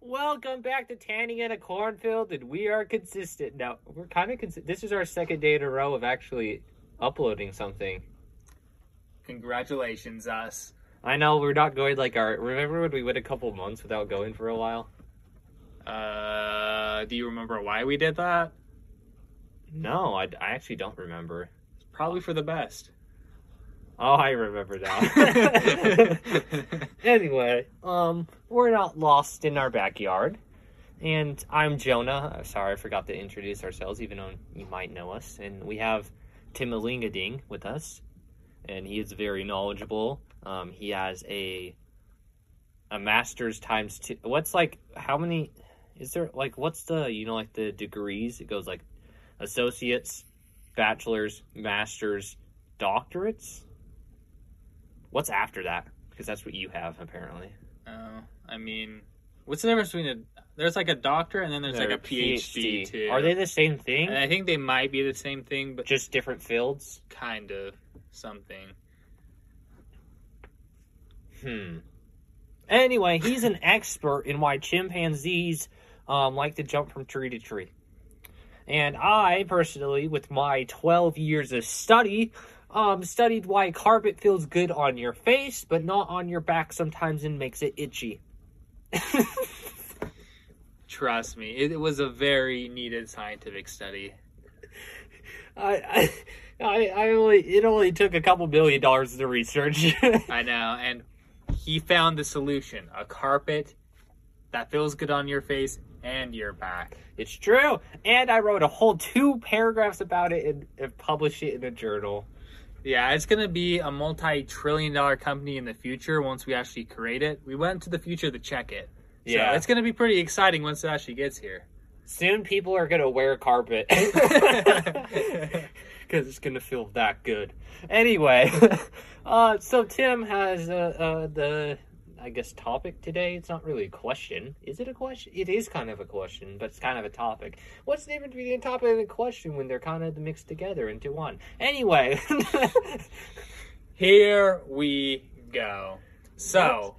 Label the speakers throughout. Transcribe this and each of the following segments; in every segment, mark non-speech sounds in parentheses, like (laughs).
Speaker 1: Welcome back to Tanning in a Cornfield, and we are consistent. Now, we're kind of consistent. This is our second day in a row of actually uploading something.
Speaker 2: Congratulations, us.
Speaker 1: I know we're not going like our. Remember when we went a couple months without going for a while?
Speaker 2: Uh, do you remember why we did that?
Speaker 1: No, I, I actually don't remember.
Speaker 2: It's probably for the best.
Speaker 1: (laughs) Oh, I remember now.
Speaker 2: (laughs)
Speaker 1: (laughs) anyway, um, we're not lost in our backyard. And I'm Jonah. Uh, Sorry, I forgot to introduce ourselves, even though you might know us. And we have Tim Alingading with us, and he is very knowledgeable. Um, he has a a master's times two. What's like? How many? Is there like what's the you know like the degrees? It goes like associates, bachelors, masters, doctorates. What's after that? Because that's what you have apparently.
Speaker 2: oh, I mean, what's the difference between a there's like a doctor and then there's
Speaker 1: Or
Speaker 2: like a PhD, too.
Speaker 1: Are they the same thing?
Speaker 2: And I think they might be the same thing, but
Speaker 1: Just different fields?
Speaker 2: kind of something.
Speaker 1: Hmm. Anyway, he's an expert in why chimpanzees um, like to jump from tree to tree. And I personally, with my 12 years of study, um, studied why carpet feels good on your face, but not on your back sometimes and makes it itchy. (laughs)
Speaker 2: Trust me, it, it was a very needed scientific study.
Speaker 1: I, I, I only it only took a couple billion dollars to research. (laughs)
Speaker 2: I know, and he found the solution: a carpet that feels good on your face and your back.
Speaker 1: it's true, and I wrote a whole two paragraphs about it and, and published it in a journal.
Speaker 2: Yeah, it's gonna be a multi-trillion dollar company in the future once we actually create it. We went to the future to check it. So
Speaker 1: Yeah.
Speaker 2: it's gonna be pretty exciting once it actually gets here.
Speaker 1: Soon people are gonna wear carpet (laughs) because it's gonna feel that good. Anyway, (laughs) uh, so Tim has uh, uh, the I guess topic today. It's not really a question. Is it a question? It is kind of a question, but it's kind of a topic. What's the difference between a topic and a question when they're kind of mixed together into one? Anyway, (laughs)
Speaker 2: Here we go. So,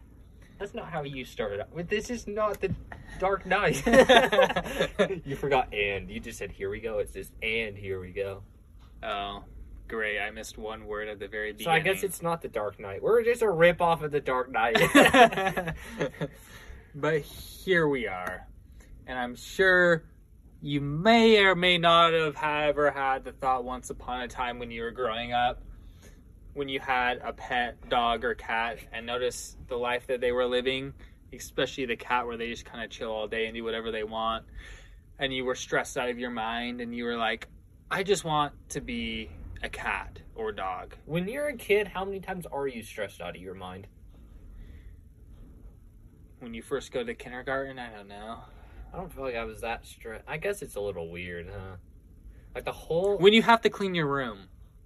Speaker 1: that's not how you started. out. But This is not the Dark Knight. you forgot and. You just said here we go. It's just and here we go.
Speaker 2: oh, great! I missed one word at the very beginning.
Speaker 1: So I guess it's not the Dark Knight. We're just a rip off of the Dark Knight.
Speaker 2: (laughs) but here we are. And I'm sure you may or may not have ever had the thought once upon a time when you were growing up, when you had a pet dog or cat and noticed the life that they were living, especially the cat where they just kind of chill all day and do whatever they want. And you were stressed out of your mind and you were like, I just want to be a cat or dog.
Speaker 1: when you're a kid, how many times are you stressed out of your mind?
Speaker 2: When you first go to kindergarten, I don't know.
Speaker 1: I don't feel like I was that stressed. I guess it's a little weird, huh? Like the whole
Speaker 2: When you have to clean your room.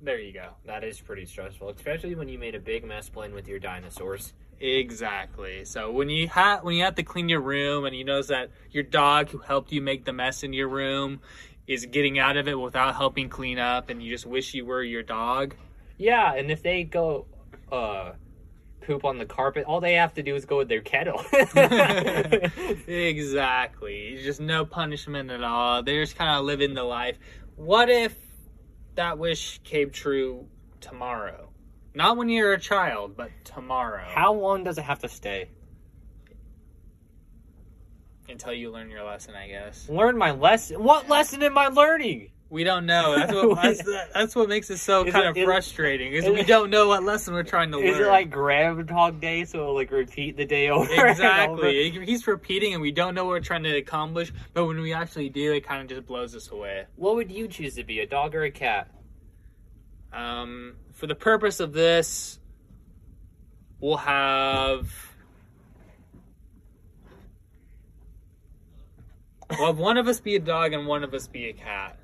Speaker 2: There you go.
Speaker 1: that is pretty stressful, especially when you made a big mess playing with your dinosaurs.
Speaker 2: Exactly. So when you have when you have to clean your room and you notice that your dog who helped you make the mess in your room is getting out of it without helping clean up and you just wish you were your (laughs) dog.
Speaker 1: Yeah, and if they go uh poop on the carpet, all they have to do is go with their
Speaker 2: (laughs)
Speaker 1: kettle. (laughs)
Speaker 2: exactly. It's Just no punishment at all. They're just kind of living the life. What if that wish came true tomorrow? Not when you're a child, but tomorrow.
Speaker 1: how long does it have to stay?
Speaker 2: Until you learn your lesson, I guess.
Speaker 1: Learn my lesson. What lesson am I learning?
Speaker 2: We
Speaker 1: (laughs)
Speaker 2: don't know. That's what that's, the- that's what makes it so
Speaker 1: Is
Speaker 2: kind
Speaker 1: it-
Speaker 2: of
Speaker 1: is-
Speaker 2: frustrating is,
Speaker 1: is
Speaker 2: we
Speaker 1: it-
Speaker 2: don't know what lesson we're trying to
Speaker 1: Is
Speaker 2: learn.
Speaker 1: it like (laughs) Groundhog Day, so it'll, like repeat the day over? and over?
Speaker 2: exactly? He's repeating, and we don't know what we're trying to accomplish. But when we actually do, it kind of just blows us away.
Speaker 1: What would you choose to be, a dog or a cat?
Speaker 2: Um, for the purpose of this, we'll have we'll have one of us be a dog and one of us be a cat.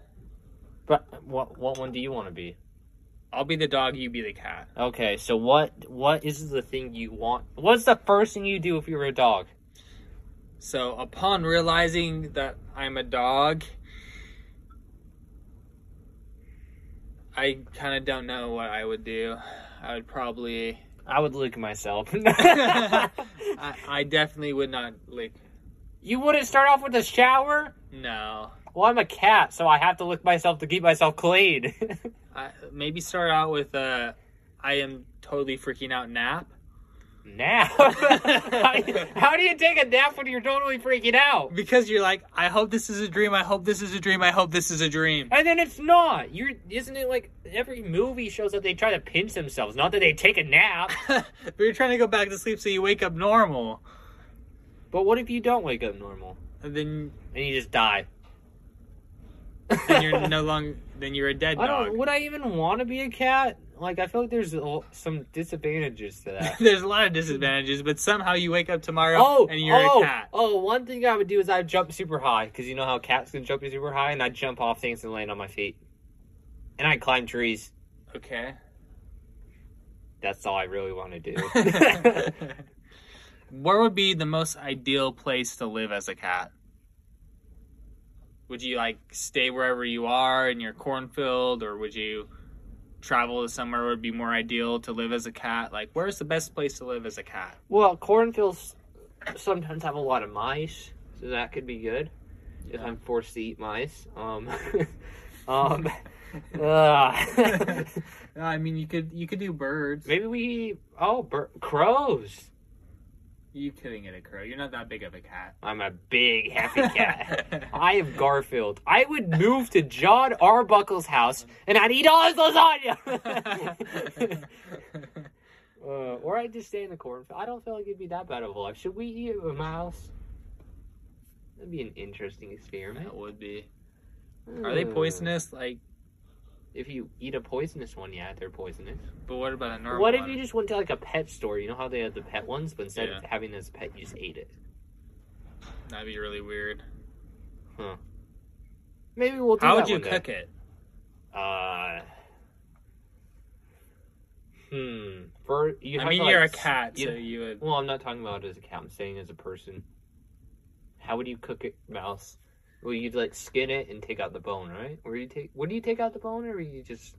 Speaker 1: But what what one do you want to be?
Speaker 2: I'll be the dog, you be the cat.
Speaker 1: Okay, so what what is the thing you want? What's the first thing you do if you were a dog?
Speaker 2: So, upon realizing that I'm a dog, I kind of don't know what I would do. I
Speaker 1: (laughs)
Speaker 2: would probably. (laughs)
Speaker 1: I would lick myself. (laughs)
Speaker 2: I, I definitely would not lick
Speaker 1: You wouldn't start off with a shower?
Speaker 2: No.
Speaker 1: Well, I'm a cat, so I have to lick myself to keep myself clean. (laughs)
Speaker 2: I, maybe start out with a I am totally freaking out nap.
Speaker 1: nap? (laughs) how, do you- how do you take a nap when you're totally freaking out?
Speaker 2: Because you're like, I hope this is a dream. I hope this is a dream. I hope this is a dream. (laughs)
Speaker 1: And then it's not. You're isn't it like every movie shows that they try to pinch themselves, not that they take a nap.
Speaker 2: but you're trying to go back to sleep so you wake up normal.
Speaker 1: But what if you don't wake up normal
Speaker 2: And then,
Speaker 1: and you just die? (laughs)
Speaker 2: then you're no longer. Then you're a dead
Speaker 1: I don't.
Speaker 2: dog.
Speaker 1: Would I even want to be a cat? Like I feel like there's a- some disadvantages to that.
Speaker 2: (laughs) There's a lot of disadvantages, but somehow you wake up tomorrow
Speaker 1: Oh,
Speaker 2: and you're
Speaker 1: oh,
Speaker 2: a cat.
Speaker 1: oh! One thing I would do is I'd jump super high because you know how cats can jump super high, and I'd jump off things and land on my feet, and I'd climb trees.
Speaker 2: (laughs) Okay.
Speaker 1: That's all I really want to
Speaker 2: (laughs)
Speaker 1: do. (laughs)
Speaker 2: Where would be the most ideal place to live as a cat? Would you like stay wherever you are in your cornfield, or would you travel to somewhere would be more ideal to live as a cat? Like, where's the best place to live as a cat?
Speaker 1: well, cornfields sometimes have a lot of mice, so that could be good if
Speaker 2: Yeah.
Speaker 1: I'm forced to eat mice.
Speaker 2: (laughs)
Speaker 1: Um, um, ugh. (laughs)
Speaker 2: No, (laughs) I mean, you could you could do birds.
Speaker 1: maybe we oh bur- crows.
Speaker 2: You couldn't get a crow. You're not that big of a cat.
Speaker 1: I'm a big happy
Speaker 2: (laughs)
Speaker 1: cat. I am Garfield. I would move to John Arbuckle's house and I'd eat all his
Speaker 2: (laughs)
Speaker 1: lasagna. (laughs) uh, or I'd just stay in the cornfield. I don't feel like it'd be that bad of a life. Should we eat a mouse? That'd be an interesting experiment.
Speaker 2: that would be. Are they
Speaker 1: Uh,
Speaker 2: poisonous? Like,
Speaker 1: If you eat a poisonous one, yeah, they're poisonous.
Speaker 2: but what about a normal?
Speaker 1: what if
Speaker 2: one?
Speaker 1: you just went to like a pet store? You know how they have the pet ones, but instead of
Speaker 2: Yeah.
Speaker 1: having it as a pet, you just ate it.
Speaker 2: That'd be really weird.
Speaker 1: Maybe we'll do
Speaker 2: How
Speaker 1: that
Speaker 2: would you
Speaker 1: one day.
Speaker 2: cook it?
Speaker 1: Uh, hmm. For you,
Speaker 2: I
Speaker 1: have
Speaker 2: mean,
Speaker 1: to, like,
Speaker 2: you're a
Speaker 1: s-
Speaker 2: cat,
Speaker 1: you-
Speaker 2: so you would.
Speaker 1: well, I'm not talking about as a cat. I'm saying as a person. How would you cook a mouse? Well, you'd like skin it and take out the bone, right? Or you take? Would you take out the bone, or you just?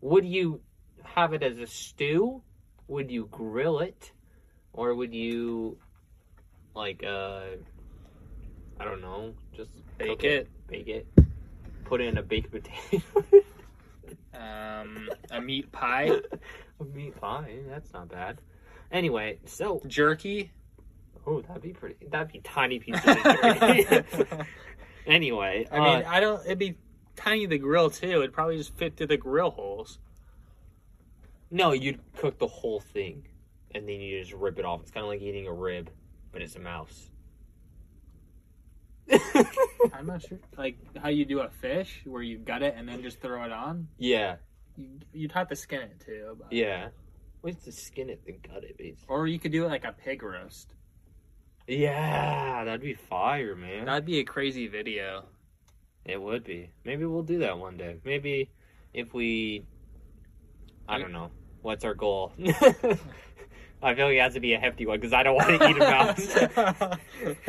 Speaker 1: Would you have it as a stew? Would you grill it, or would you, like, uh, I don't know, just
Speaker 2: Bake
Speaker 1: cook
Speaker 2: it.
Speaker 1: bake it, put it in a baked potato.
Speaker 2: Um, a meat pie,
Speaker 1: (laughs) A meat pie, that's not bad. Anyway, so
Speaker 2: (laughs) jerky.
Speaker 1: oh, that'd be pretty. That'd be tiny pieces. Of
Speaker 2: (laughs)
Speaker 1: jerky. anyway, uh,
Speaker 2: I mean, I don't. It'd be tiny the grill too. It'd probably just fit through the grill holes.
Speaker 1: no, you'd cook the whole thing, and then you just rip it off. It's kind of like eating a rib, but it's a
Speaker 2: (laughs)
Speaker 1: mouse.
Speaker 2: I'm not sure, like how you do a fish, where you gut it and then just throw it on.
Speaker 1: yeah,
Speaker 2: You, you'd have to skin it too. But...
Speaker 1: yeah. We have to skin it and gut it, basically.
Speaker 2: Or you could do it like a pig roast.
Speaker 1: Yeah, that'd be fire, man.
Speaker 2: That'd be a crazy video.
Speaker 1: It would be. Maybe we'll do that one day. Maybe if we, I don't know, what's our goal? (laughs) I feel like it has to be a hefty one because I don't want to eat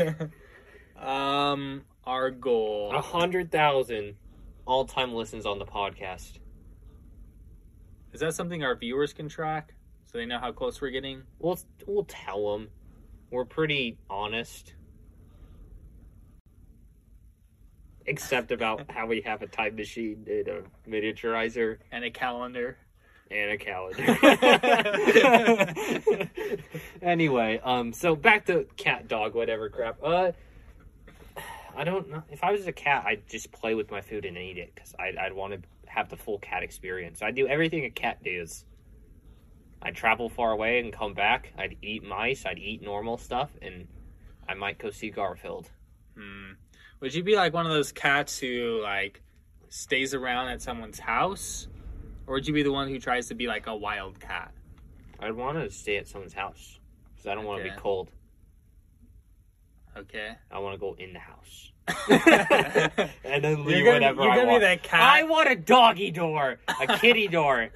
Speaker 1: a
Speaker 2: (laughs)
Speaker 1: mouse.
Speaker 2: um, our goal.
Speaker 1: A hundred thousand all-time listens on the podcast.
Speaker 2: Is that something our viewers can track so they know how close we're getting?
Speaker 1: We'll we'll tell them. We're pretty honest. Except about how we have a time machine and a miniaturizer
Speaker 2: And a calendar.
Speaker 1: and a
Speaker 2: (laughs)
Speaker 1: calendar. (laughs) anyway, um, so back to cat, dog, whatever crap. Uh, I don't know. If I was a cat, I'd just play with my food and eat it because I'd, I'd want to have the full cat experience. I'd do everything a cat does. I'd travel far away and come back. I'd eat mice. I'd eat normal stuff, and I might go see Garfield.
Speaker 2: Hmm. Would you be like one of those cats who like stays around at someone's house, or would you be the one who tries to be like a wild cat?
Speaker 1: I'd want to stay at someone's house because I don't want to
Speaker 2: Okay.
Speaker 1: be cold. (laughs)
Speaker 2: Okay.
Speaker 1: I want to go in the house
Speaker 2: you're
Speaker 1: and then leave
Speaker 2: gonna,
Speaker 1: whenever
Speaker 2: you're
Speaker 1: I
Speaker 2: gonna
Speaker 1: want.
Speaker 2: be that
Speaker 1: I
Speaker 2: cat.
Speaker 1: want a doggy door, a kitty door.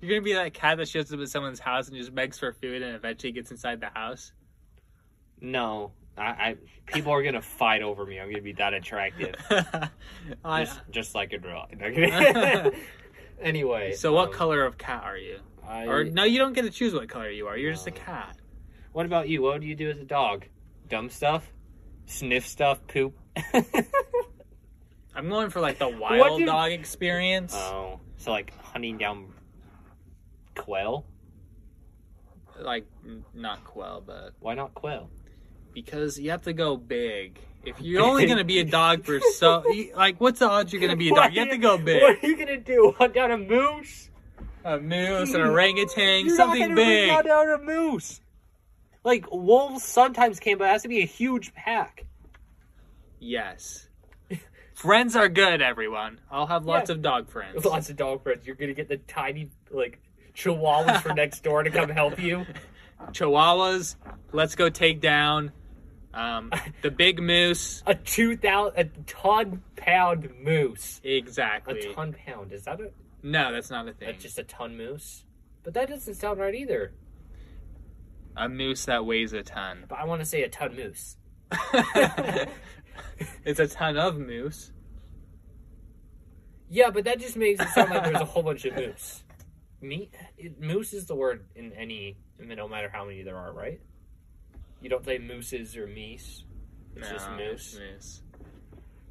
Speaker 2: You're gonna be that cat that shows up at someone's house and just begs for food and eventually gets inside the house.
Speaker 1: (laughs) No, I, I people are gonna fight over me. I'm gonna be that attractive,
Speaker 2: (laughs) I-
Speaker 1: just, just like a
Speaker 2: (laughs)
Speaker 1: draw. Okay. (laughs) anyway,
Speaker 2: so, what
Speaker 1: um,
Speaker 2: color of cat are you?
Speaker 1: I- Oh.
Speaker 2: Or no, you don't get to choose what color you are. You're just a
Speaker 1: No.
Speaker 2: cat.
Speaker 1: what about you? What do you do as a dog? Dumb stuff. sniff stuff,
Speaker 2: (laughs)
Speaker 1: poop. (laughs)
Speaker 2: I'm going for like the wild
Speaker 1: did-
Speaker 2: dog experience.
Speaker 1: oh, so like hunting down quail?
Speaker 2: like n- not quail, but
Speaker 1: Why not quail?
Speaker 2: because you have to go big. If you're only gonna be a
Speaker 1: (laughs)
Speaker 2: dog for so, you- like, what's the odds you're gonna be a dog? You have to go big.
Speaker 1: What are you gonna do? Hunt down a moose?
Speaker 2: A moose,
Speaker 1: (laughs)
Speaker 2: an orangutan,
Speaker 1: You're not
Speaker 2: something
Speaker 1: gonna really
Speaker 2: big.
Speaker 1: hunt down a moose. Like wolves sometimes can, but it has to be a huge pack.
Speaker 2: Yes. Friends are good, everyone. I'll have lots
Speaker 1: Yeah.
Speaker 2: of dog friends.
Speaker 1: Lots of dog friends. You're gonna get the tiny like chihuahuas from next door to come help you.
Speaker 2: Chihuahuas, let's go take down
Speaker 1: (laughs)
Speaker 2: um, the big moose.
Speaker 1: A two thousand, a ton pound moose. A
Speaker 2: Exactly.
Speaker 1: ton pound. Is that a?
Speaker 2: No, that's not a thing.
Speaker 1: That's just a ton moose. But that doesn't sound right either.
Speaker 2: A moose that weighs
Speaker 1: (laughs)
Speaker 2: a ton.
Speaker 1: But I want to say a ton
Speaker 2: (laughs)
Speaker 1: moose.
Speaker 2: it's a ton of moose.
Speaker 1: Yeah, but that just makes it sound like there's a whole bunch (laughs) of moose. Me, it, moose is the word in any, no matter how many there are, right? You don't say mooses or meese. It's just
Speaker 2: No,
Speaker 1: moose.
Speaker 2: moose.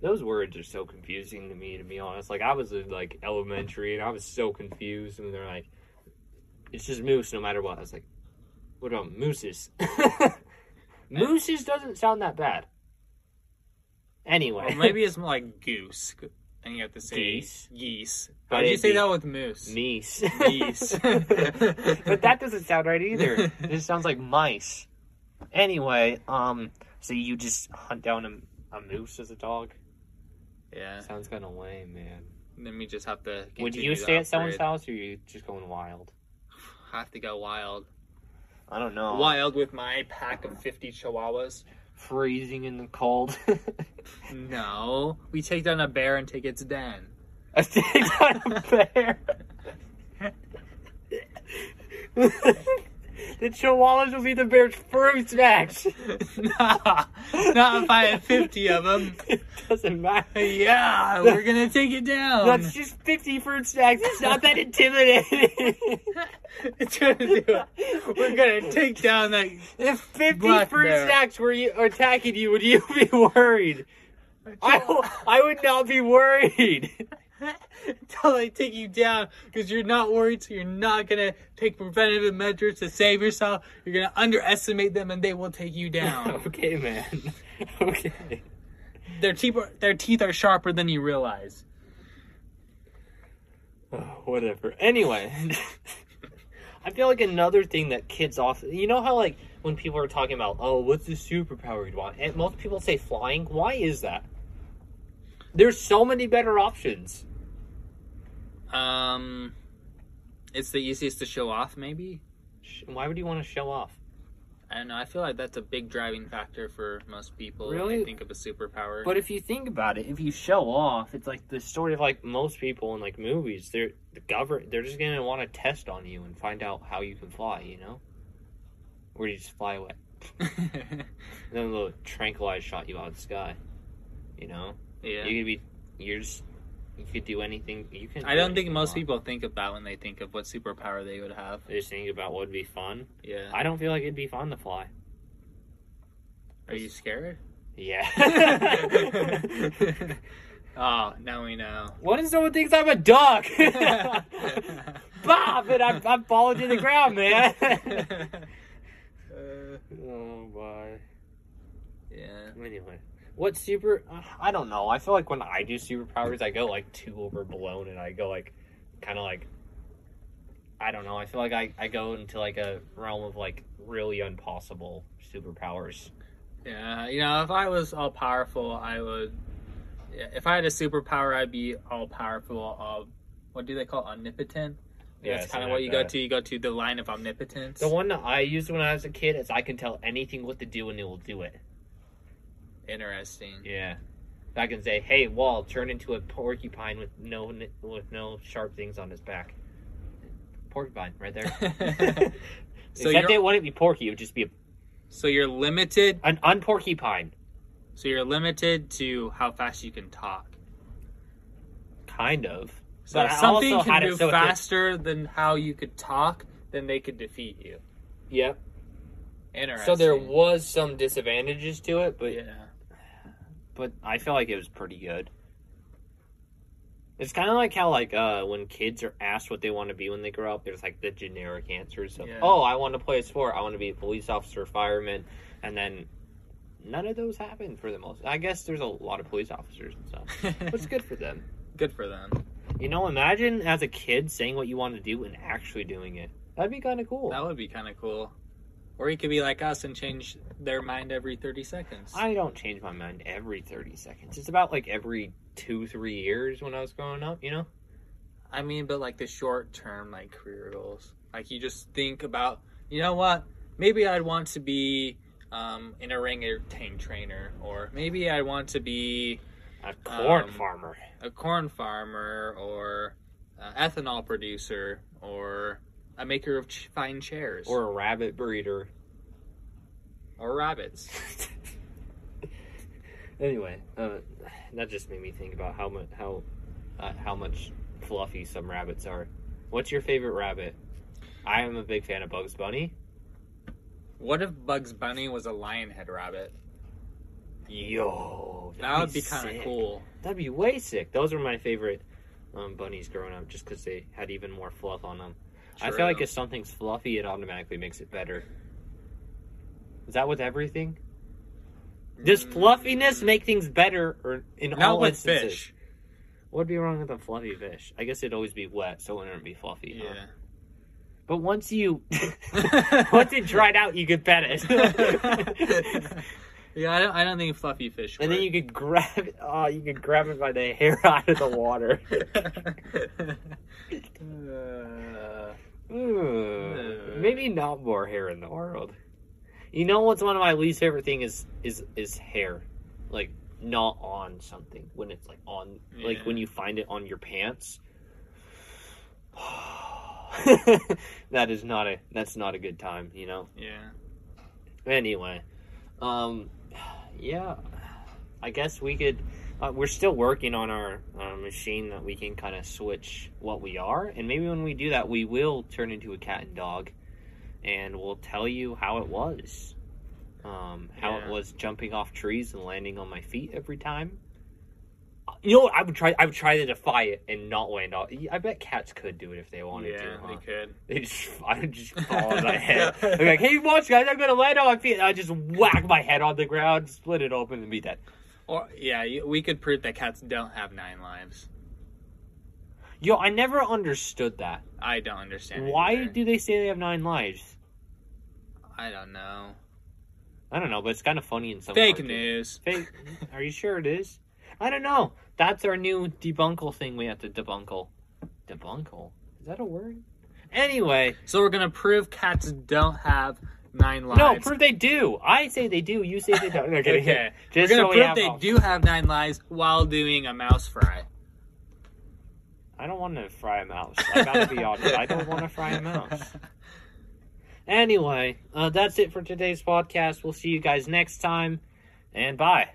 Speaker 1: Those words are so confusing to me, to be honest. Like I was in like elementary, and I was so confused when they're like, "It's just moose, no matter what." I was like, "What about mooses?" (laughs) mooses doesn't sound that bad. Anyway,
Speaker 2: Well, maybe it's more like goose, and you have to say
Speaker 1: Geese.
Speaker 2: Geese.
Speaker 1: But
Speaker 2: How do you
Speaker 1: it'd
Speaker 2: say
Speaker 1: be-
Speaker 2: that with moose?
Speaker 1: meese. (laughs)
Speaker 2: Meese.
Speaker 1: but that doesn't sound right either. This sounds like mice. Anyway, um, so you just hunt down a, a moose as a dog?
Speaker 2: Yeah.
Speaker 1: Sounds kind of lame, man.
Speaker 2: Then we just have to.
Speaker 1: Would
Speaker 2: continue
Speaker 1: you
Speaker 2: the
Speaker 1: stay at someone's
Speaker 2: upgrade.
Speaker 1: house, or you just going wild?
Speaker 2: Have to go wild.
Speaker 1: I don't know.
Speaker 2: Wild with my pack of fifty chihuahuas.
Speaker 1: Freezing in the (laughs) cold.
Speaker 2: No, we take down a bear and take its den. (laughs)
Speaker 1: I think I'm (laughs) fair. the chihuahuas will be the bear's fruit snacks.
Speaker 2: nah, not if I had fifty
Speaker 1: (laughs)
Speaker 2: of them.
Speaker 1: (laughs) It doesn't matter.
Speaker 2: Yeah, we're gonna take it down.
Speaker 1: That's just 50 fruit snacks. It's not that intimidating.
Speaker 2: (laughs) it's gonna do it. We're gonna take down that.
Speaker 1: (laughs) if 50
Speaker 2: Black
Speaker 1: fruit
Speaker 2: bear.
Speaker 1: snacks were you, attacking you, would you be worried?
Speaker 2: (laughs)
Speaker 1: I, w- I would not be worried.
Speaker 2: Until they take you down, because you're not worried, so you're not gonna take preventative measures to save yourself. You're gonna underestimate them, and they will take you (laughs) down.
Speaker 1: (laughs) okay, man. Okay.
Speaker 2: their teeth, are, their teeth are sharper than you realize.
Speaker 1: Oh, whatever. Anyway, (laughs) I feel like another thing that kids off. You know how like when people are talking about, oh, what's the superpower you want? And most people say flying. Why is that? There's so many better options.
Speaker 2: Um, it's the easiest to show off, maybe.
Speaker 1: Sh- Why would you want to show off?
Speaker 2: I don't know. I feel like that's a big driving factor for most people when
Speaker 1: Really?
Speaker 2: they think of a superpower.
Speaker 1: But if you think about it, if you show off, it's like the story of like most people in like movies. They're the government. They're just gonna want to test on you and find out how you can fly. You know, or you just fly away. And then they'll tranquilize shot you out of the sky. You know,
Speaker 2: (laughs) yeah.
Speaker 1: you could be. You're just. You could do anything. You can.
Speaker 2: I
Speaker 1: do
Speaker 2: don't think
Speaker 1: anything
Speaker 2: most
Speaker 1: you want.
Speaker 2: people think of that when they think of what superpower they would have.
Speaker 1: They just think about what would be fun.
Speaker 2: Yeah.
Speaker 1: I don't feel like it'd be fun to fly.
Speaker 2: Are
Speaker 1: (laughs)
Speaker 2: you scared? (laughs)
Speaker 1: Yeah.
Speaker 2: oh, now we know.
Speaker 1: what if someone thinks I'm a
Speaker 2: (laughs)
Speaker 1: duck? (laughs) Bob, and I'm, I'm falling to the ground, man.
Speaker 2: (laughs) Uh,
Speaker 1: oh my.
Speaker 2: yeah.
Speaker 1: Anyway, what super? uh, I don't know. I feel like when I do superpowers, I go like too overblown, and I go like, kind of like, I don't know. I feel like I I go into like a realm of like really impossible superpowers.
Speaker 2: Yeah. You know, if I was all powerful, I would. yeah, If I had a superpower, I'd be all powerful. All, what do they call it? omnipotent? Yeah, that's
Speaker 1: something
Speaker 2: kind of
Speaker 1: like
Speaker 2: what you go
Speaker 1: that.
Speaker 2: to. You go to the line of omnipotence.
Speaker 1: The one that I used when I was a kid is I can tell anything what to do and it will do it.
Speaker 2: Interesting.
Speaker 1: Yeah. I can say, "Hey, wall, turn into a porcupine with no n- with no sharp things on his back." Porcupine, right (laughs) there.
Speaker 2: So
Speaker 1: Except
Speaker 2: you're-
Speaker 1: it wouldn't be porky; it would just be a,
Speaker 2: (laughs) So you're limited.
Speaker 1: an unporcupine.
Speaker 2: So you're limited to how fast you can talk.
Speaker 1: Kind of.
Speaker 2: So
Speaker 1: But
Speaker 2: if
Speaker 1: I
Speaker 2: something
Speaker 1: also
Speaker 2: can
Speaker 1: had it
Speaker 2: move
Speaker 1: so it could-
Speaker 2: faster than how you could talk, then they could defeat you.
Speaker 1: Yep.
Speaker 2: Interesting.
Speaker 1: So there was some disadvantages to it, but
Speaker 2: Yeah.
Speaker 1: but I feel like it was pretty good. It's kind of like how like uh, when kids are asked what they want to be when they grow up, there's like the generic answers of
Speaker 2: Yeah.
Speaker 1: oh I want to play a sport, I want to be a police officer, fireman, and then none of those happen for the most. I guess there's a lot of police officers and stuff. It's good for them.
Speaker 2: Good for them.
Speaker 1: You know, imagine as a kid saying what you want to do and actually doing it. That'd be kind of cool.
Speaker 2: That would be kind of cool. Or you could be like us and change their mind every 30 seconds.
Speaker 1: I don't change my mind every 30 seconds. It's about like every two, three years when I was growing up, you know?
Speaker 2: I mean, but like the short term, like career goals. Like you just think about, you know what? Maybe I'd want to be um, an orangutan trainer, or maybe I want to be
Speaker 1: A corn
Speaker 2: Um,
Speaker 1: farmer.
Speaker 2: a corn farmer, or uh, ethanol producer, or a maker of ch- fine chairs,
Speaker 1: Or a rabbit breeder. (laughs)
Speaker 2: or rabbits.
Speaker 1: anyway, uh, that just made me think about how much how uh, how much fluffy some rabbits are. What's your favorite rabbit? I am a big fan of Bugs Bunny.
Speaker 2: What if Bugs Bunny was a lionhead rabbit?
Speaker 1: Yo,
Speaker 2: That would be kind
Speaker 1: sick.
Speaker 2: of cool.
Speaker 1: That'd be way sick. Those were my favorite um, bunnies growing up, just because they had even more fluff on them. I feel like
Speaker 2: True.
Speaker 1: if something's fluffy, it automatically makes it better. Is that with everything? Does fluffiness
Speaker 2: Mm,
Speaker 1: make things better, or in
Speaker 2: not
Speaker 1: all
Speaker 2: with
Speaker 1: instances?
Speaker 2: fish?
Speaker 1: What'd be wrong with a fluffy fish? I guess it'd always be wet, so it wouldn't be fluffy. huh?
Speaker 2: Yeah.
Speaker 1: But once you
Speaker 2: (laughs)
Speaker 1: (laughs) once it (laughs) dried out, you could pet
Speaker 2: (laughs)
Speaker 1: it, (laughs)
Speaker 2: yeah, I don't, I don't think fluffy fish.
Speaker 1: and then you could grab it. Oh, you could grab it by the hair (laughs) out of the water.
Speaker 2: (laughs) Uh,
Speaker 1: Ooh, maybe not more hair in the world. You know what's one of my least favorite thing is is is hair, like not on something when it's like on like
Speaker 2: Yeah.
Speaker 1: when you find it on your pants. (sighs) (laughs) that is not a that's not a good time, you know.
Speaker 2: yeah.
Speaker 1: Anyway, um, yeah, I guess we could. Uh, we're still working on our uh, machine that we can kind of switch what we are, and maybe when we do that, we will turn into a cat and dog, and we'll tell you how it was, um, how it
Speaker 2: Yeah.
Speaker 1: was jumping off trees and landing on my feet every time. Uh, You know what? I would try. I would try to defy it and not land on. I bet cats could do it if they wanted to.
Speaker 2: yeah,
Speaker 1: huh?
Speaker 2: they could.
Speaker 1: They just, (laughs) I would just fall
Speaker 2: (laughs)
Speaker 1: on my head. I'm like, hey, watch, guys, I'm gonna land on my feet. And I just whack my head on the ground, split it open, and be dead.
Speaker 2: Or yeah, you- we could prove that cats don't have nine lives.
Speaker 1: Yo, I never understood that.
Speaker 2: I don't understand. it
Speaker 1: Why
Speaker 2: either.
Speaker 1: do they say they have nine lives?
Speaker 2: I don't know?
Speaker 1: I don't know, but it's kind of funny in some
Speaker 2: Fake
Speaker 1: cartoons.
Speaker 2: news.
Speaker 1: Fake. Are you sure it is? I don't know. That's our new debunkle thing. We have to debunkle. Debunkle? Is that a word? Anyway,
Speaker 2: So we're gonna prove cats don't have nine lives.
Speaker 1: no, prove they do. I say they do. You say they
Speaker 2: (laughs)
Speaker 1: don't. No, kidding.
Speaker 2: okay.
Speaker 1: Just
Speaker 2: we're gonna
Speaker 1: so we
Speaker 2: prove
Speaker 1: have
Speaker 2: they
Speaker 1: all-
Speaker 2: do have nine lives while doing a mouse fry.
Speaker 1: I don't want to fry a mouse. I gotta be honest. I don't want to fry a mouse.
Speaker 2: (laughs)
Speaker 1: Anyway, uh, that's it for today's podcast. We'll see you guys next time, and bye.